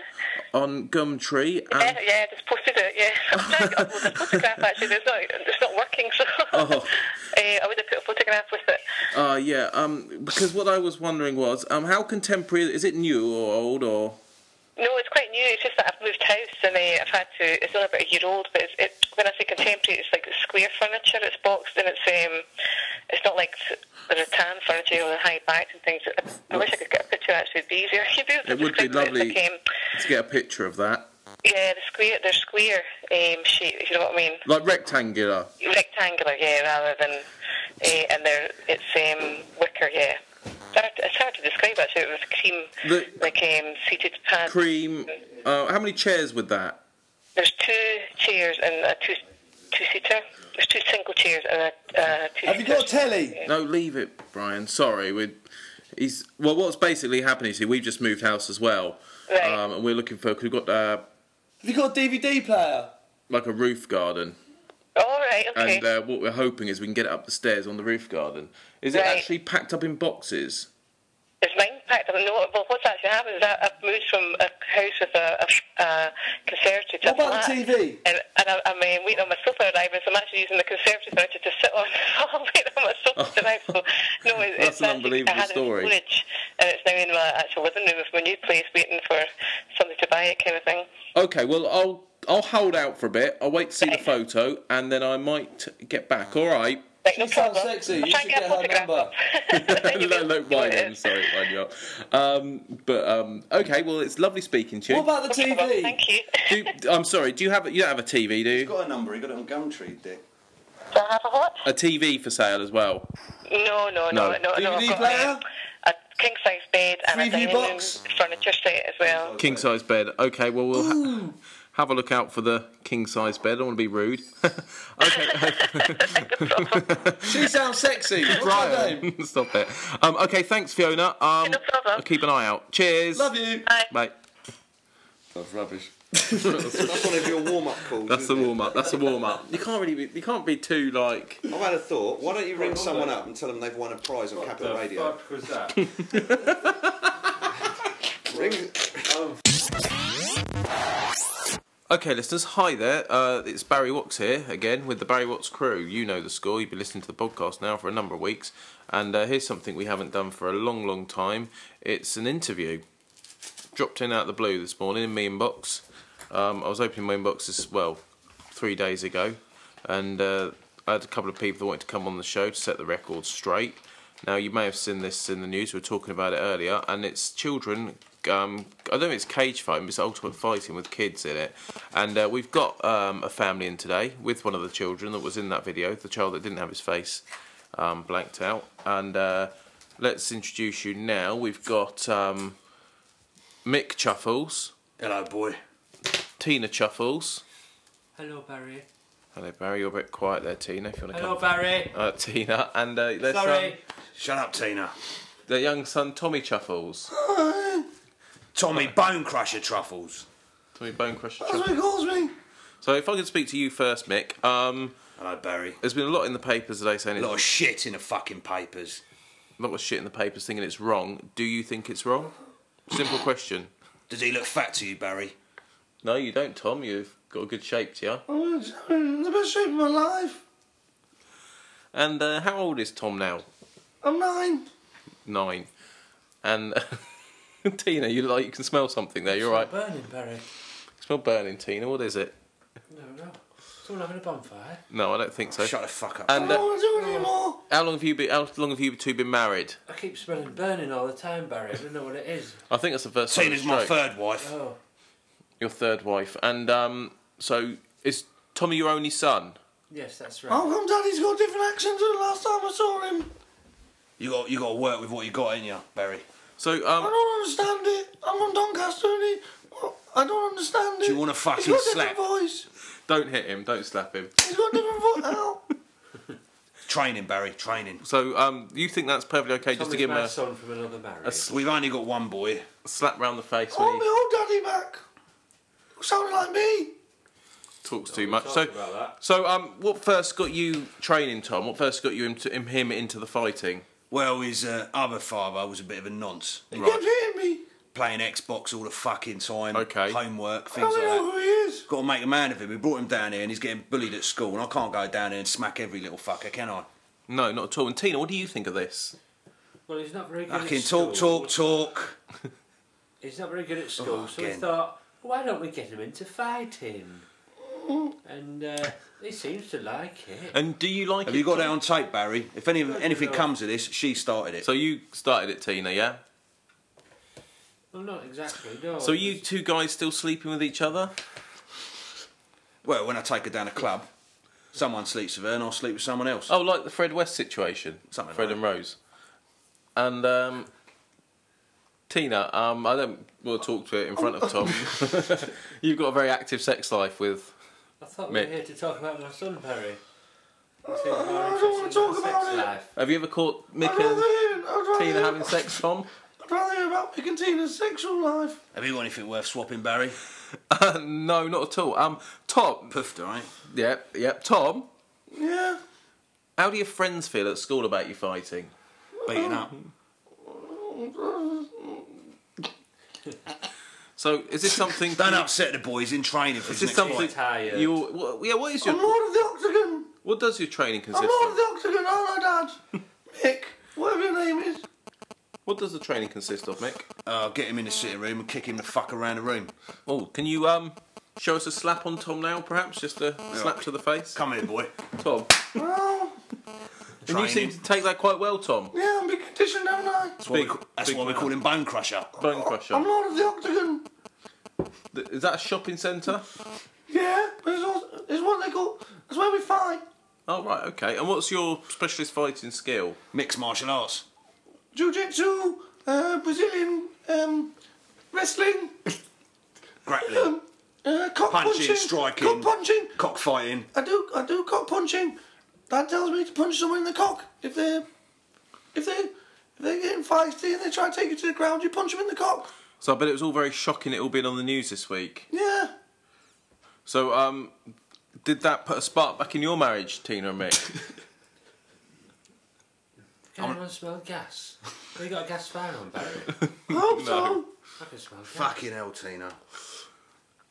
Speaker 3: on Gumtree.
Speaker 6: Yeah,
Speaker 3: And,
Speaker 6: yeah, just posted it, yeah. Well, oh, the photograph actually, it's not, it's not working, so
Speaker 3: Oh.
Speaker 6: Eh, I would have put a photograph with it.
Speaker 3: uh, yeah. Um, because what I was wondering was, um, how contemporary is it? New or old or?
Speaker 6: No, it's quite new, it's just that I've moved house and uh, I've had to, it's only about a year old, but it's, it, when I say contemporary, it's like square furniture, it's boxed and it's um, it's not like the rattan furniture or the high backs and things. I wish I could get a picture, actually, it'd be easier. You'd be able to
Speaker 3: It would be
Speaker 6: describe It's
Speaker 3: lovely
Speaker 6: like, um,
Speaker 3: to get a picture of that.
Speaker 6: Yeah, the square, they're square um, shape, if you know what I mean.
Speaker 3: Like rectangular.
Speaker 6: Rectangular, yeah, rather than, uh, and they're it's um, wicker, yeah. It's hard, it's hard to describe actually. It was cream,
Speaker 3: The-
Speaker 6: like um, seated pads.
Speaker 3: Cream. Uh, how many chairs would that?
Speaker 6: There's two chairs and a two two seater. There's two single chairs and a uh, two.
Speaker 5: Have you got a telly?
Speaker 3: No, leave it, Brian. Sorry, we. He's well. What's basically happening is we've just moved house as well,
Speaker 6: Right.
Speaker 3: um, and we're looking for. we we've got uh,
Speaker 5: Have you got a DVD player?
Speaker 3: like a roof garden,
Speaker 6: All right, okay.
Speaker 3: and uh, what we're hoping is we can get it up the stairs on the roof garden. Is it
Speaker 6: Right.
Speaker 3: actually packed up in boxes?
Speaker 6: It's mine packed. I don't know. Well, what's actually happened is that I've moved from a house with a, a, a conservatory to
Speaker 5: What
Speaker 6: a
Speaker 5: about the
Speaker 6: flat.
Speaker 5: TV?
Speaker 6: And, and I, I'm um, waiting on my sofa arriving, so I'm actually using the conservatory furniture to sit on. I'm waiting on my sofa to arrive. So, no, it,
Speaker 3: That's
Speaker 6: it's
Speaker 3: an
Speaker 6: actually-
Speaker 3: unbelievable
Speaker 6: I had it in
Speaker 3: story.
Speaker 6: storage, and it's now in my actual living room of my new place, waiting for somebody to buy it, kind of thing.
Speaker 3: Okay, well I'll I'll hold out for a bit. I'll wait to see the photo, and then I might get back. All right.
Speaker 6: Like, no
Speaker 5: She sounds
Speaker 6: problem.
Speaker 5: sexy.
Speaker 6: I'll
Speaker 5: You
Speaker 6: try
Speaker 5: should
Speaker 6: and get a
Speaker 5: get her
Speaker 6: photograph.
Speaker 5: number.
Speaker 6: Then you'll be
Speaker 3: no,
Speaker 6: able
Speaker 3: no,
Speaker 6: to see what
Speaker 3: mine.
Speaker 6: it
Speaker 3: I'm
Speaker 6: is.
Speaker 3: sorry, mine. You are. Um, but um, okay, well, it's lovely speaking to you.
Speaker 5: What about the
Speaker 6: No problem.
Speaker 5: TV?
Speaker 6: Thank you.
Speaker 3: Do- I'm sorry. Do you have you don't have a TV? Do
Speaker 2: He's
Speaker 3: you?
Speaker 2: got a number. He got it on Gumtree, Dick.
Speaker 6: Do I have a what?
Speaker 3: A TV for sale as well.
Speaker 6: No, no, no,
Speaker 3: No.
Speaker 6: no, no.
Speaker 5: DVD
Speaker 6: I've got
Speaker 5: player?
Speaker 6: A, a king size bed and
Speaker 5: Three
Speaker 6: a
Speaker 5: view
Speaker 6: dining room
Speaker 5: box?
Speaker 6: furniture set as well.
Speaker 3: King size bed. Okay, well we'll ha- have a look out for the king size bed. I don't want to be rude. okay,
Speaker 5: She sounds sexy. What's her name?
Speaker 3: Brian, stop it. Um, okay, thanks Fiona. Um,
Speaker 6: No problem.
Speaker 3: I'll keep an eye out. Cheers.
Speaker 5: Love you.
Speaker 6: Bye.
Speaker 3: Mate,
Speaker 1: That's rubbish.
Speaker 2: That's one of your warm-up calls.
Speaker 3: that's the
Speaker 2: isn't it?
Speaker 3: warm up. That's the warm up. You can't really be, you can't be too like
Speaker 2: I've had a thought. Why don't you ring someone up and tell them they've won a prize on Capital Radio?
Speaker 5: was that?
Speaker 2: Ring.
Speaker 3: Okay, listeners, hi there. Uh, it's Barry Watts here again with the Barry Watts crew. You know the score. You've been listening to the podcast now for a number of weeks, and uh, here's something we haven't done for a long, long time. It's an interview. Dropped in out of the blue this morning in my inbox. Um, I was opening my inbox as well three days ago, and uh, I had a couple of people that wanted to come on the show to set the record straight. Now you may have seen this in the news. We were talking about it earlier, and it's children. Um, I don't think it's cage fighting, but it's ultimate fighting with kids in it. And uh, we've got um, a family in today with one of the children that was in that video, the child that didn't have his face um, blanked out. And uh, let's introduce you now. We've got um, Mick Chuffles,
Speaker 5: Hello, boy.
Speaker 3: Tina Chuffles.
Speaker 7: Hello, Barry.
Speaker 3: Hello, Barry. You're a bit quiet there, Tina. If you want to
Speaker 7: Hello,
Speaker 3: come,
Speaker 7: Barry.
Speaker 3: uh, Tina, and uh, their
Speaker 5: um,
Speaker 7: Sorry.
Speaker 3: son,
Speaker 5: Shut up, Tina.
Speaker 3: their young son Tommy Chuffles.
Speaker 5: Tommy Bone Crusher Truffles.
Speaker 3: Tommy Bone Crusher.
Speaker 2: That's
Speaker 3: Chuffles.
Speaker 2: what he calls me.
Speaker 3: So if I could speak to you first, Mick. Um,
Speaker 5: Hello, Barry.
Speaker 3: there's been a lot in the papers today saying
Speaker 5: A
Speaker 3: it's
Speaker 5: lot of shit in the fucking papers.
Speaker 3: a lot of shit in the papers thinking it's wrong. Do you think it's wrong? Simple question.
Speaker 5: Does he look fat to you, Barry?
Speaker 3: No, you don't, Tom. You've got a good shape to you.
Speaker 2: Oh, it's- I'm in the best shape of my life.
Speaker 3: And uh, how old is Tom now?
Speaker 2: I'm nine.
Speaker 3: Nine. And Tina, you like you can smell something there. You're right.
Speaker 7: Burning, Barry.
Speaker 3: smell burning, Tina. What is it?
Speaker 7: No, no. Someone having a bonfire.
Speaker 3: No, I don't think so.
Speaker 5: Shut the fuck up.
Speaker 3: and
Speaker 2: I don't
Speaker 3: uh,
Speaker 2: want to do it anymore.
Speaker 3: how long have you been? How long have you two been married?
Speaker 7: I keep smelling burning all the time, Barry. I don't know what it is.
Speaker 3: I think that's the first. time
Speaker 5: Tina's
Speaker 3: it's
Speaker 5: my
Speaker 3: stroke.
Speaker 5: third wife.
Speaker 7: Oh,
Speaker 3: Your third wife, and um, so is Tommy your only son?
Speaker 7: yes, that's right.
Speaker 5: Oh.
Speaker 2: How come Daddy's got a different accent to the last time I saw him?
Speaker 5: You got you got to work with what you got in you, Barry.
Speaker 3: So
Speaker 2: I
Speaker 3: um,
Speaker 2: don't understand it. I'm from Doncaster and he... well, I don't understand it.
Speaker 5: Do you wanna fucking
Speaker 2: He's got a
Speaker 5: slap?
Speaker 2: different voice.
Speaker 3: don't hit him. Don't slap him.
Speaker 2: He's got a different voice. Ow.
Speaker 5: Training, Barry. Training.
Speaker 3: So um, you think that's perfectly okay just
Speaker 7: Tommy's
Speaker 3: to give him
Speaker 7: my
Speaker 3: a
Speaker 7: son from another marriage.
Speaker 5: We've only got one boy.
Speaker 3: slap round the face
Speaker 2: I
Speaker 3: when
Speaker 2: want
Speaker 3: he
Speaker 2: my old daddy back. Sounded like me.
Speaker 3: talks too much? So
Speaker 7: talked about that.
Speaker 3: so um, what first got you training, Tom? What first got you into him, him into the fighting?
Speaker 5: Well, his uh, other father was a bit of a nonce.
Speaker 2: He kept hitting me.
Speaker 5: Playing Xbox all the fucking time.
Speaker 3: Okay.
Speaker 5: Homework,
Speaker 2: I
Speaker 5: things
Speaker 2: don't
Speaker 5: like
Speaker 2: know
Speaker 5: that.
Speaker 2: who he is.
Speaker 5: Got to make a man of him. We brought him down here and he's getting bullied at school, and I can't go down there and smack every little fucker, can I?
Speaker 3: No, not at all. And Tina, what do you think of this?
Speaker 7: Well, he's not very good
Speaker 5: I
Speaker 7: at
Speaker 5: can talk,
Speaker 7: school.
Speaker 5: talk, talk.
Speaker 7: He's not very good at school,
Speaker 5: Oh,
Speaker 7: so we
Speaker 5: again.
Speaker 7: thought, why don't we get him into fighting? And uh, he seems to like it.
Speaker 3: And do you like
Speaker 5: Have
Speaker 3: it?
Speaker 5: you got that
Speaker 3: Tom?
Speaker 5: on tape, Barry? If any, anything
Speaker 7: no.
Speaker 5: comes of this, she started it.
Speaker 3: So you started it, Tina, yeah?
Speaker 5: Well, not exactly. No.
Speaker 3: So are you two guys still sleeping with each other?
Speaker 2: Well, when I take her down a club, someone sleeps with her and I'll sleep with someone else.
Speaker 3: Oh, like the Fred West situation.
Speaker 2: Something
Speaker 3: Fred
Speaker 2: like
Speaker 3: and Rose. And um, Tina, um, I don't want to talk to it in front of Tom. You've got a very active sex life with.
Speaker 5: I thought we were
Speaker 3: Mick.
Speaker 5: here to talk about my son, Perry. I don't want to talk about it. Life.
Speaker 3: Have you ever caught Mick and Tina having sex, Tom?
Speaker 2: Have you got anything worth swapping, Barry?
Speaker 3: Uh, no, not at all. Um, Tom.
Speaker 2: Poofed, all right?
Speaker 3: Yep, yep. Tom,
Speaker 2: Yeah.
Speaker 3: how do your friends feel at school about you fighting?
Speaker 2: Beaten up.
Speaker 3: So is this something?
Speaker 2: Don't upset the boys in training for
Speaker 3: Is
Speaker 2: his next
Speaker 3: this something
Speaker 2: fight.
Speaker 5: Tired.
Speaker 3: you? What, yeah. What is your?
Speaker 1: Lord of the Octagon!
Speaker 3: What does your training consist
Speaker 1: Lord of
Speaker 3: of?
Speaker 1: the Octagon, aren't I, Dad? Mick, whatever your name is.
Speaker 3: What does the training consist of, Mick?
Speaker 2: Oh, get him in the sitting room and kick him the fuck around the room.
Speaker 3: Oh, can you um show us a slap on Tom now, perhaps? Just a slap to the face,
Speaker 2: Come here, boy.
Speaker 3: Tom.
Speaker 1: Well,
Speaker 3: And you seem
Speaker 2: Training.
Speaker 3: to take that quite well, Tom.
Speaker 1: yeah, I'm big conditioned, haven't I?
Speaker 2: That's why, we,
Speaker 3: Big-
Speaker 2: ca- that's
Speaker 3: big
Speaker 2: why we call him Bone Crusher.
Speaker 3: Bone crusher.
Speaker 1: I'm Lord of the Octagon.
Speaker 3: Th- Is that a shopping centre?
Speaker 1: Yeah, but it's, also, it's what they call, it's where we fight.
Speaker 3: Oh right, okay. And what's your specialist fighting skill?
Speaker 2: Mixed martial arts.
Speaker 1: Jiu-Jitsu, uh, Brazilian, um, wrestling,
Speaker 2: Grappling.
Speaker 1: uh, cock
Speaker 2: Punching,
Speaker 1: punching,
Speaker 2: striking.
Speaker 1: cock punching.
Speaker 2: Cockfighting.
Speaker 1: I do, I do cock punching. Dad tells me to punch someone in the cock if they're, if they, if they're getting feisty and they try to take you to the ground. You punch them in the cock.
Speaker 3: So I bet it was all very shocking. It all being on the news this week.
Speaker 1: Yeah.
Speaker 3: So um, did that put a spark back in your marriage, Tina and Mick?
Speaker 5: Can anyone smell gas? Have you got a gas fire on, Barry?
Speaker 1: I hope so.
Speaker 5: I can smell gas.
Speaker 2: Fucking hell, Tina.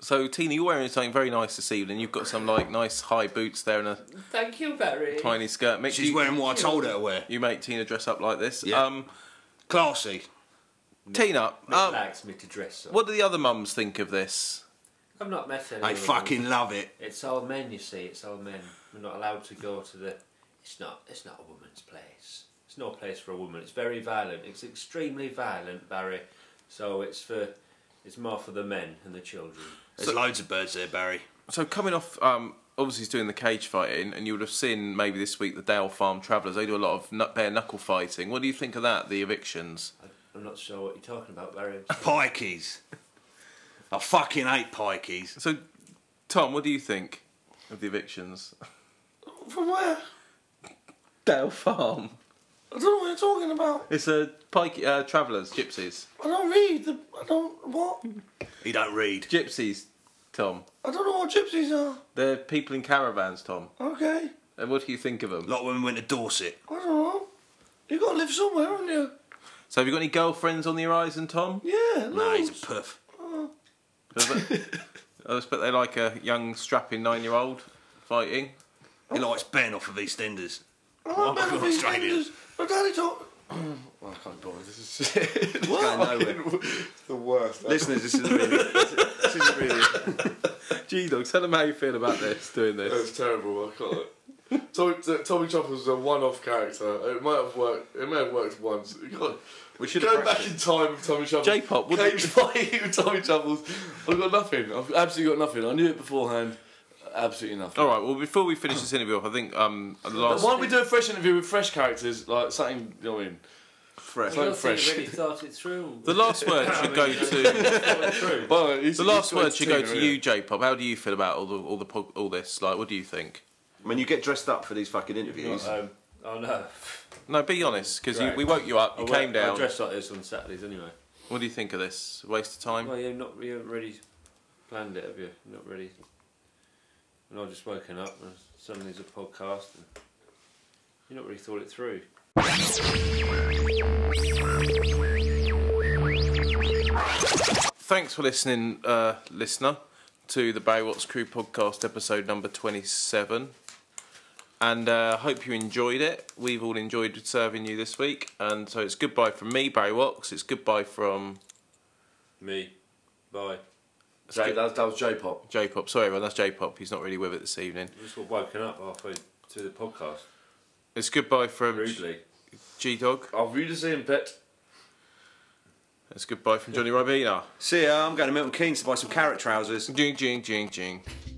Speaker 3: so Tina, you're wearing something very nice this evening. You've got some like nice high boots there and a
Speaker 5: Thank you, Barry.
Speaker 3: tiny skirt. Mick,
Speaker 2: She's
Speaker 3: you,
Speaker 2: wearing what I told her to wear.
Speaker 3: you make Tina dress up like this.
Speaker 2: Yeah.
Speaker 3: Um,
Speaker 2: Classy.
Speaker 3: Tina,
Speaker 5: Mick
Speaker 3: um,
Speaker 5: likes me to dress up.
Speaker 3: what do the other mums think of this?
Speaker 5: I've not met anyone.
Speaker 2: I fucking love it.
Speaker 5: It's all men, you see. It's all men. We're not allowed to go to the. It's not. It's not a woman's place. It's no place for a woman. It's very violent. It's extremely violent, Barry. So it's for. It's more for the men and the children.
Speaker 2: There's loads of birds there, Barry.
Speaker 3: So coming off, um, obviously he's doing the cage fighting, and you would have seen maybe this week the Dale Farm Travellers. They do a lot of nut bare knuckle fighting. What do you think of that? The evictions.
Speaker 5: I, I'm not sure what you're talking about, Barry.
Speaker 2: Pikeys. I fucking hate pikeys.
Speaker 3: So, Tom, what do you think of the evictions?
Speaker 1: From where?
Speaker 3: Dale Farm.
Speaker 1: I don't know what you're talking about.
Speaker 3: It's a pike uh, travellers, gypsies,
Speaker 1: I don't read. The, I don't what.
Speaker 2: He don't read.
Speaker 3: gypsies. Tom,
Speaker 1: I don't know what gypsies are.
Speaker 3: they're people in caravans. Tom,
Speaker 1: Okay.
Speaker 3: and what do you think of them?
Speaker 2: A lot of women went to Dorset.
Speaker 1: I don't know. You got to live somewhere, haven't you?
Speaker 3: So, have you got any girlfriends on the horizon, Tom?
Speaker 1: Yeah.
Speaker 2: No, he's
Speaker 1: loads.
Speaker 2: a puff.
Speaker 3: I expect they like a young, strapping nine-year-old fighting.
Speaker 2: He likes Ben off of EastEnders.
Speaker 1: I
Speaker 2: Well,
Speaker 1: like better
Speaker 2: I'm
Speaker 1: these
Speaker 2: Australian.
Speaker 1: things. My daddy taught.
Speaker 7: Oh, I can't bother. This is shit.
Speaker 2: Going nowhere.
Speaker 7: It's the worst.
Speaker 2: Listeners, this isn't really.
Speaker 7: This is really.
Speaker 3: G Dog, tell them how you feel about this, doing this.
Speaker 7: That's terrible. I can't. Tommy, t- Tommy Chopper was a one-off character. It might have worked. It may have worked once. You can't-
Speaker 3: We should
Speaker 7: Go back in time with Tommy Chubbs.
Speaker 3: J-pop, wouldn't
Speaker 7: Cage fight with Tommy Chubbs. I've got nothing. I've absolutely got nothing. I knew it beforehand. Absolutely nothing.
Speaker 3: All right. Well, before we finish this interview, off, I think um the
Speaker 7: But
Speaker 3: last.
Speaker 7: Why don't we do a fresh interview with fresh characters? Like something. You know what I mean?
Speaker 5: I
Speaker 7: Fresh.
Speaker 5: don't
Speaker 7: Something
Speaker 5: think
Speaker 7: fresh.
Speaker 5: you really thought it through.
Speaker 3: The last word should go to
Speaker 7: Well, he's-
Speaker 3: the last
Speaker 7: he's got
Speaker 3: word should go
Speaker 7: his
Speaker 3: to
Speaker 7: team,
Speaker 3: you, J-pop. How do you feel about all the all the pod, all this? Like, what do you think?
Speaker 2: I mean, you get dressed up for these fucking interviews.
Speaker 5: Um, oh no!
Speaker 3: No, be honest, because
Speaker 5: Right.
Speaker 3: we woke you up. You
Speaker 5: I wear-
Speaker 3: came down.
Speaker 5: I dress like this on Saturdays anyway.
Speaker 3: What do you think of this? Waste of
Speaker 7: Um,
Speaker 3: time.
Speaker 5: Well, you're not you haven't really planned it, have you? You're not really. And I just woken up and suddenly there's a podcast. And you not really thought it through.
Speaker 3: Thanks for listening, uh, listener, to the Barry Watts Crew podcast, episode number twenty-seven. And uh, hope you enjoyed it. We've all enjoyed serving you this week, and so it's goodbye from me, Barry Watts. It's goodbye from
Speaker 5: Me, bye.
Speaker 7: J- that, was- that was J-pop.
Speaker 3: J pop. Sorry, everyone, that's J pop. He's not really with it this evening.
Speaker 5: I just got woken up halfway through the podcast
Speaker 3: It's goodbye from
Speaker 5: rudely.
Speaker 3: G Dog.
Speaker 7: I'll read the same bit.
Speaker 3: That's goodbye from Johnny Ribena.
Speaker 2: See ya, I'm going to Milton Keynes to buy some carrot trousers.
Speaker 3: Jing, jing, jing, jing.